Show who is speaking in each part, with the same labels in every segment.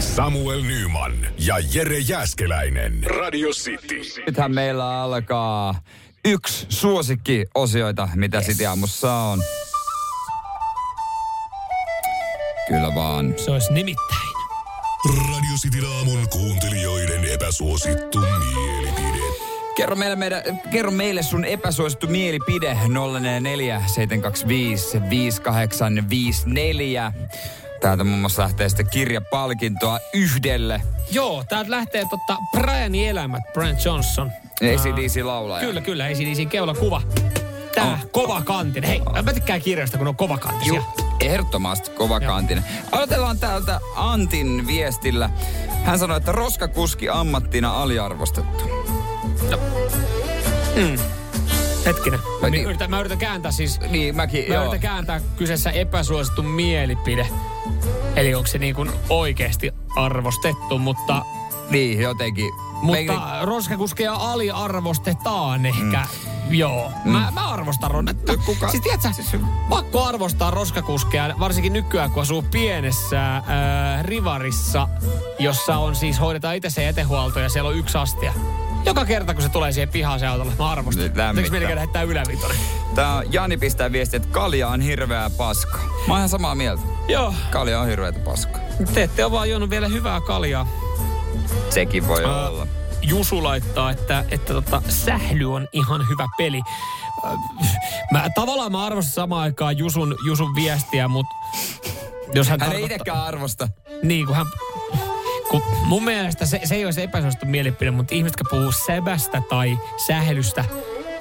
Speaker 1: Samuel Nyman ja Jere Jäskeläinen.
Speaker 2: Radio City.
Speaker 3: Nythän meillä alkaa yksi suosikkiosioita, mitä yes. Sitiaamussa on. Kyllä vaan.
Speaker 4: Se olisi nimittäin.
Speaker 1: Radio Cityn aamun kuuntelijoiden epäsuosittu mielipide.
Speaker 3: Kerro meille, meidän, kerro meille sun epäsuosittu mielipide 044 725 5854. Täältä muun muassa lähtee sitten kirjapalkintoa yhdelle
Speaker 4: Joo, täältä lähtee totta Brianin elämät, Brian Johnson. Ah,
Speaker 3: ACDC-laulaja.
Speaker 4: Kyllä, kyllä, ACDC keulakuva. Tää, oh. kova kantinen. Hei, mä tykkään kirjasta, kun on kova kantisia.
Speaker 3: Ah. Ju, ehdottomasti kovakantinen. Aloitellaan täältä Antin viestillä. Hän sanoi, että roskakuski ammattina aliarvostettu.
Speaker 4: Hetkinen. Mä,
Speaker 3: niin.
Speaker 4: yritän, mä yritän kääntää siis...
Speaker 3: Niin, mäkin,
Speaker 4: Mä
Speaker 3: joo.
Speaker 4: yritän kääntää kyseessä epäsuosittu mielipide. Eli onko se niin kuin oikeasti arvostettu, mutta...
Speaker 3: Niin, jotenkin.
Speaker 4: Mutta
Speaker 3: Meikin-
Speaker 4: Meikin... roskakuskeja aliarvostetaan ehkä. Mm. Joo. Mm. Mä, mä arvostan Ronnetta.
Speaker 3: No, kuka-
Speaker 4: Siis tiedätkö, siis... pakko arvostaa roskakuskeja, varsinkin nykyään kun asuu pienessä äh, rivarissa, jossa on siis hoidetaan itse se jätehuolto ja siellä on yksi astia. Joka kerta, kun se tulee siihen pihaan se autolla, mä arvostan.
Speaker 3: Nyt Niin, lämmittää.
Speaker 4: Eikö melkein lähettää ylävitonen?
Speaker 3: Tää on- Jani pistää viestiä, että kalja on hirveää paskaa. Mä oon ihan samaa mieltä.
Speaker 4: Joo.
Speaker 3: Kalja on hirveätä paskaa.
Speaker 4: Te ette ole vaan juonut vielä hyvää kaljaa.
Speaker 3: Sekin voi
Speaker 4: Ää,
Speaker 3: olla.
Speaker 4: Jusu laittaa, että, että tota, sähly on ihan hyvä peli. Ö, Mä, tavallaan mä arvostan samaan aikaan Jusun, Jusun viestiä, mutta jos hän,
Speaker 3: Hän ei
Speaker 4: tarkoittaa-
Speaker 3: itsekään arvosta.
Speaker 4: Niin, kun hän... Kun mun mielestä se, se ei ole se epäsuosittu mielipide, mutta ihmiset, jotka puhuu säbästä tai sähelystä,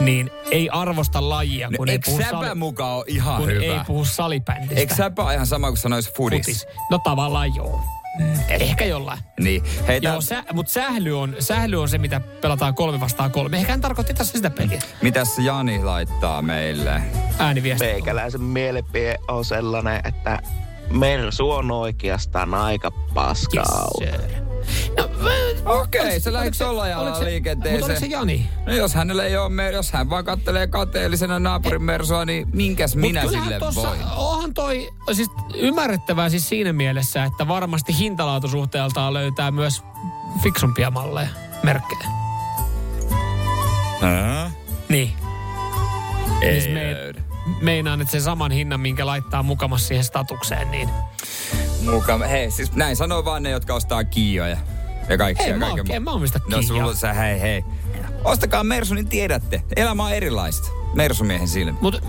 Speaker 4: niin ei arvosta lajia, kun,
Speaker 3: No
Speaker 4: ei,
Speaker 3: Eikö
Speaker 4: puhu
Speaker 3: säpä
Speaker 4: sali,
Speaker 3: mukaan ole ihan
Speaker 4: kun ei
Speaker 3: hyvä?
Speaker 4: puhu salibändistä.
Speaker 3: Eikö säpä ole ihan sama kuin sanois fudis?
Speaker 4: Futis. No tavallaan joo. Mm, ehkä jollain.
Speaker 3: Niin. Hei, tää,
Speaker 4: Joo, sä, mutta sähly on, sähly on se, mitä pelataan kolme vastaan kolme. Ehkä hän tarkoitti tässä sitä peliä.
Speaker 3: Mm. mitäs Jani laittaa meille?
Speaker 4: Ääniviesti.
Speaker 5: Meikäläisen mielipide on sellainen, että Mersu on oikeastaan aika paskaa.
Speaker 4: Yes,
Speaker 5: ollut.
Speaker 4: sir. No, mä-
Speaker 3: Okei,
Speaker 4: oliko
Speaker 3: se lähti
Speaker 4: oliko
Speaker 3: solajalalla
Speaker 4: oliko se-
Speaker 3: liikenteeseen.
Speaker 4: Mutta oliko se Jani?
Speaker 3: No jos hänellä ei ole, mer- jos hän vaan kattelee kateellisena naapurin mersua, niin minkäs minä
Speaker 4: Eh. Mut kyllähän
Speaker 3: sille
Speaker 4: tossa,
Speaker 3: voin?
Speaker 4: Onhan toi siis ymmärrettävää siis siinä mielessä, että varmasti hintalaatusuhteeltaan löytää myös fiksumpia malleja, merkkejä.
Speaker 3: Ää?
Speaker 4: Niin.
Speaker 3: Ei
Speaker 4: Siis me-
Speaker 3: löydä.
Speaker 4: Meinaan, että sen saman hinnan, minkä laittaa mukamas siihen statukseen, niin...
Speaker 3: Muka, hei, siis näin sanoo vaan ne, jotka ostaa kiioja. Ja kaikkea.
Speaker 4: Ei, mä
Speaker 3: kaiken
Speaker 4: oon-
Speaker 3: mu-
Speaker 4: en mä omista
Speaker 3: No sulla
Speaker 4: kiioa.
Speaker 3: sä, hei, hei. Ostakaa Mersu, niin tiedätte. Elämä on erilaista. Mersumiehen silmi.
Speaker 4: Mutta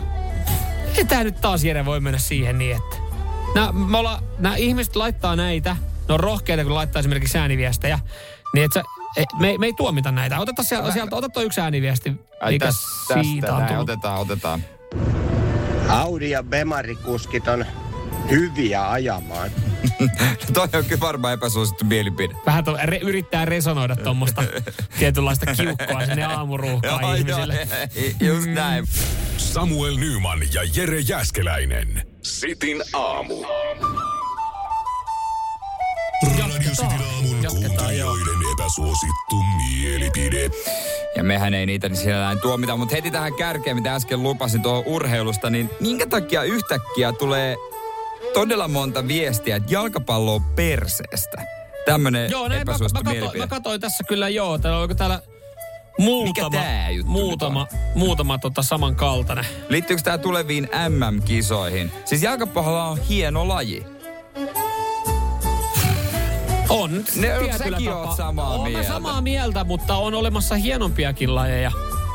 Speaker 4: ei tää nyt taas Jere voi mennä siihen niin, että... Nää, me olla, nää ihmiset laittaa näitä, ne on rohkeita, kun laittaa esimerkiksi ääniviestejä, niin et sä, e, me, ei- me ei tuomita näitä. Oteta sieltä, sieltä ota toi yksi ääniviesti, mikä siitä on tullut.
Speaker 3: otetaan, otetaan.
Speaker 6: Audi ja Bemari-kuskit on hyviä ajamaan.
Speaker 3: Toi on kyllä varmaan epäsuosittu mielipide.
Speaker 4: Vähän to, re, yrittää resonoida tuommoista tietynlaista kiukkoa sinne aamuruuhkaan
Speaker 3: Joo,
Speaker 4: ihmisille. Mm.
Speaker 3: joo, hei, Just näin.
Speaker 1: Samuel Nyman ja Jere Jäskeläinen.
Speaker 2: Sitin aamu.
Speaker 1: Radio Cityn aamun
Speaker 4: Jatketaan,
Speaker 1: kuuntelijoiden epäsuosittu mielipide.
Speaker 3: Ja mehän ei niitä niin siellä näin tuomita, mutta heti tähän kärkeen, mitä äsken lupasin tuohon urheilusta, niin minkä takia yhtäkkiä tulee todella monta viestiä, että jalkapallo on perseestä? Tämmönen
Speaker 4: Joo, näin mä, mä,
Speaker 3: epäsuosittu
Speaker 4: katsoin,
Speaker 3: mielipide.
Speaker 4: mä katsoin tässä kyllä joo, täällä oliko täällä muutama,
Speaker 3: tää juttu nyt on?
Speaker 4: muutama, muutama tota samankaltainen.
Speaker 3: Liittyykö tämä tuleviin MM-kisoihin? Siis jalkapallo on hieno laji.
Speaker 4: On.
Speaker 3: Ne-
Speaker 4: tietyllä
Speaker 3: säkin oot
Speaker 4: tapaa.
Speaker 3: samaa
Speaker 4: Oon mä
Speaker 3: mieltä.
Speaker 4: samaa mieltä, mutta on olemassa hienompiakin lajeja.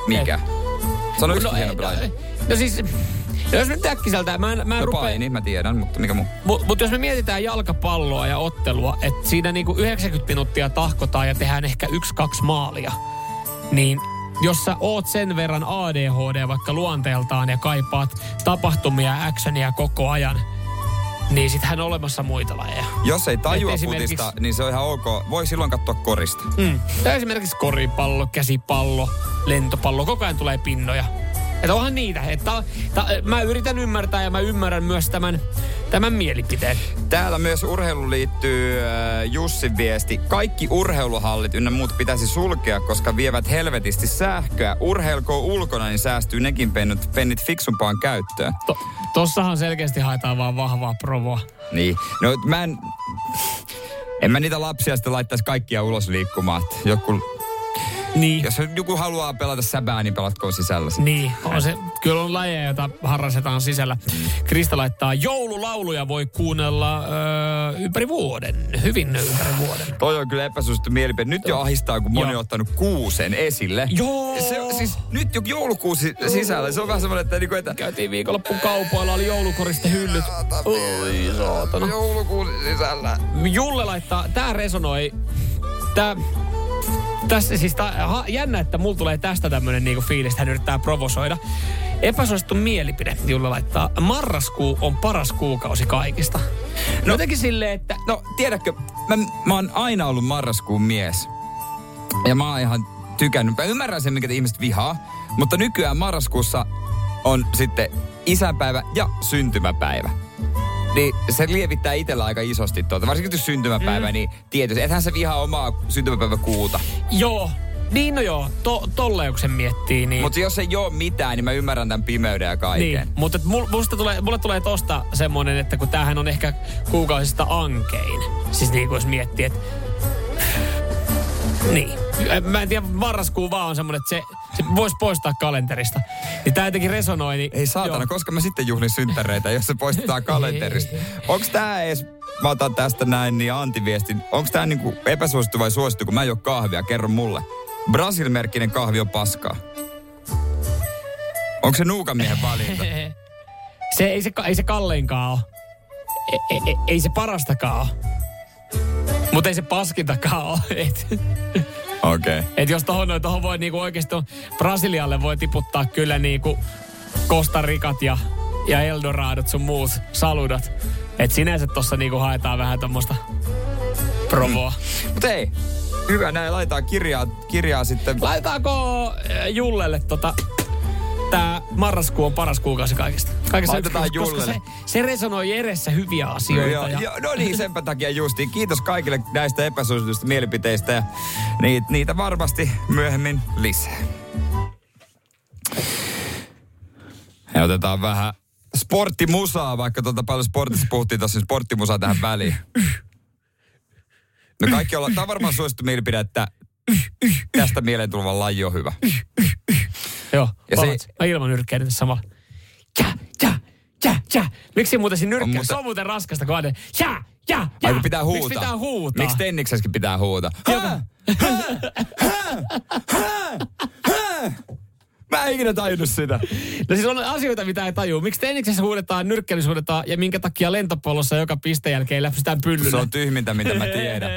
Speaker 3: Mikä? Sano yksi
Speaker 4: Eh. no,
Speaker 3: no, hieno
Speaker 4: no,
Speaker 3: laji.
Speaker 4: no siis, jos nyt äkkiseltä, mä en, mä en
Speaker 3: No
Speaker 4: rupea...
Speaker 3: paini, mä tiedän, mutta mikä muu?
Speaker 4: Mutta mut jos me mietitään jalkapalloa ja ottelua, että siinä niinku 90 minuuttia tahkotaan ja tehdään ehkä yksi, kaksi maalia, niin jos sä oot sen verran ADHD vaikka luonteeltaan ja kaipaat tapahtumia ja actionia koko ajan, Niin sittenhän on olemassa muita lajeja.
Speaker 3: Jos ei tajua
Speaker 4: Et
Speaker 3: putista,
Speaker 4: esimerkiksi-
Speaker 3: niin se on ihan ok. Voi silloin katsoa korista.
Speaker 4: Mm. Tai esimerkiksi koripallo, käsipallo, lentopallo, koko ajan tulee pinnoja. Että onhan niitä. Että, ta, mä yritän ymmärtää ja mä ymmärrän myös tämän, tämän mielipiteen.
Speaker 3: Täällä myös urheilu liittyy äh, Jussin viesti. Kaikki urheiluhallit ynnä muut pitäisi sulkea, koska vievät helvetisti sähköä. Urheilkoon ulkona, niin säästyy nekin pennut, pennit fiksumpaan käyttöön.
Speaker 4: To, tossahan selkeästi haetaan vaan vahvaa provoa.
Speaker 3: Niin. No mä en... En mä niitä lapsia sitten laittaisi kaikkia ulos liikkumaan. Et Joku,
Speaker 4: Niin.
Speaker 3: jos joku haluaa pelata säbää, niin pelatkoon sisällä. sitten.
Speaker 4: Niin, on se, kyllä on lajeja, joita harrastetaan sisällä. Krista laittaa, joululauluja voi kuunnella öö, ympäri vuoden, hyvin ympäri vuoden.
Speaker 3: Toi on kyllä epäsuosittu mielipide. Nyt jo ahistaa, kun moni
Speaker 4: Joo.
Speaker 3: on ottanut kuusen esille.
Speaker 4: Joo.
Speaker 3: Se, on siis nyt jo joulukuusi sisällä. Se on vähän semmoinen, että, niinku, että
Speaker 4: Käytiin viikonloppuun kaupoilla, oli joulukoriste hyllyt. Oi saatana.
Speaker 3: joulukuusi sisällä.
Speaker 4: Julle laittaa, tää resonoi, tää... Tässä siis tää, ha, jännä, että mulla tulee tästä tämmönen niinku fiilis, että hän yrittää provosoida. Epäsuosittu mielipide, Julle laittaa. Marraskuu on paras kuukausi kaikista. No, Jotenkin silleen, että
Speaker 3: No, tiedätkö, mä, mä oon aina ollut marraskuun mies. Ja mä oon ihan tykännyt. Mä ymmärrän sen, minkä te ihmiset vihaa. Mutta nykyään marraskuussa on sitten isänpäivä ja syntymäpäivä. Niin se lievittää itsellä aika isosti tuota. Varsinkin jos syntymäpäivä, mm. niin tietysti. Ethän se vihaa omaa syntymäpäiväkuuta.
Speaker 4: Joo. Niin no joo, to, tolleen kun sen miettii, niin...
Speaker 3: Mutta jos ei ole mitään, niin mä ymmärrän tämän pimeyden ja kaiken.
Speaker 4: niin, mutta et mul, musta tulee, mulle tulee tosta semmonen, että kun tämähän on ehkä kuukausista ankein. Siis niin kuin jos miettii, että... Niin. Mä en tiedä, marraskuu vaan on semmonen, että se, se voisi poistaa kalenterista. Niin tää jotenkin resonoi, niin...
Speaker 3: Ei saatana,
Speaker 4: Joo.
Speaker 3: koska mä sitten juhlin synttäreitä, jos se poistetaan kalenterista. Onks tää ees, mä otan tästä näin, niin Antti viestin, onks tää niinku epäsuosittu vai suosittu, kun mä en oo kahvia, kerro mulle. Brasil-merkkinen kahvi on paskaa. Onko se nuukamiehen valinta?
Speaker 4: Se, ei, se, ka- ei se kalleinkaan ole. Ei, ei, e- ei se parastakaan ole. Mutta ei se paskintakaan ole. Et-
Speaker 3: Okei. Okay.
Speaker 4: Et jos tohon, noin, tohon voi niinku oikeesti on- Brasilialle voi tiputtaa kyllä niinku Costa Ricat ja, ja Eldoradot sun muut saludat. Et sinänsä tossa niinku haetaan vähän tommosta provoa.
Speaker 3: Mut ei, hyvä näin, laitetaan kirjaa, kirjaa sitten.
Speaker 4: Laitetaanko äh, Jullelle tota, tää marraskuu on paras kuukausi kaikista? Kaikessa
Speaker 3: Laitetaan
Speaker 4: yksi- koska
Speaker 3: Jullelle.
Speaker 4: se, se resonoi edessä hyviä asioita.
Speaker 3: Joo,
Speaker 4: ja,
Speaker 3: joo, no niin, senpä takia justiin. Kiitos kaikille näistä epäsuosituista mielipiteistä ja niitä, niitä varmasti myöhemmin lisää. Ja otetaan vähän sporttimusaa, vaikka tuota paljon sportista puhuttiin tuossa, niin sporttimusaa tähän väliin. No kaikki ollaan, tämä on varmaan suosittu mielipide, että tästä mieleen tulevan laji on hyvä.
Speaker 4: joo
Speaker 3: Ja
Speaker 4: ja
Speaker 3: se-
Speaker 4: se... Mä ilman nyrkkeilen tässä samalla. Ja, ja, ja, ja. Miksi muuten siinä nyrkkeä?
Speaker 3: mutta-
Speaker 4: Se on muuten raskasta, kun aina ja, ja, ja.
Speaker 3: Ai kun pitää huutaa.
Speaker 4: Miksi pitää huutaa?
Speaker 3: Miksi tenniksessäkin pitää huutaa? Hä? Hä? Hä? Hä? Mä en ikinä tajunnut sitä.
Speaker 4: No siis on asioita, mitä ei tajua. Miksi tenniksessä huudetaan, nyrkkeilyssä huudetaan ja minkä takia lentopallossa joka pisteen jälkeen läpsytään pyllylle?
Speaker 3: Se on tyhmintä, mitä mä tiedän.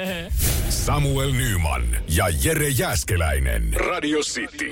Speaker 1: Samuel Nyman ja Jere Jäskeläinen.
Speaker 2: Radio City.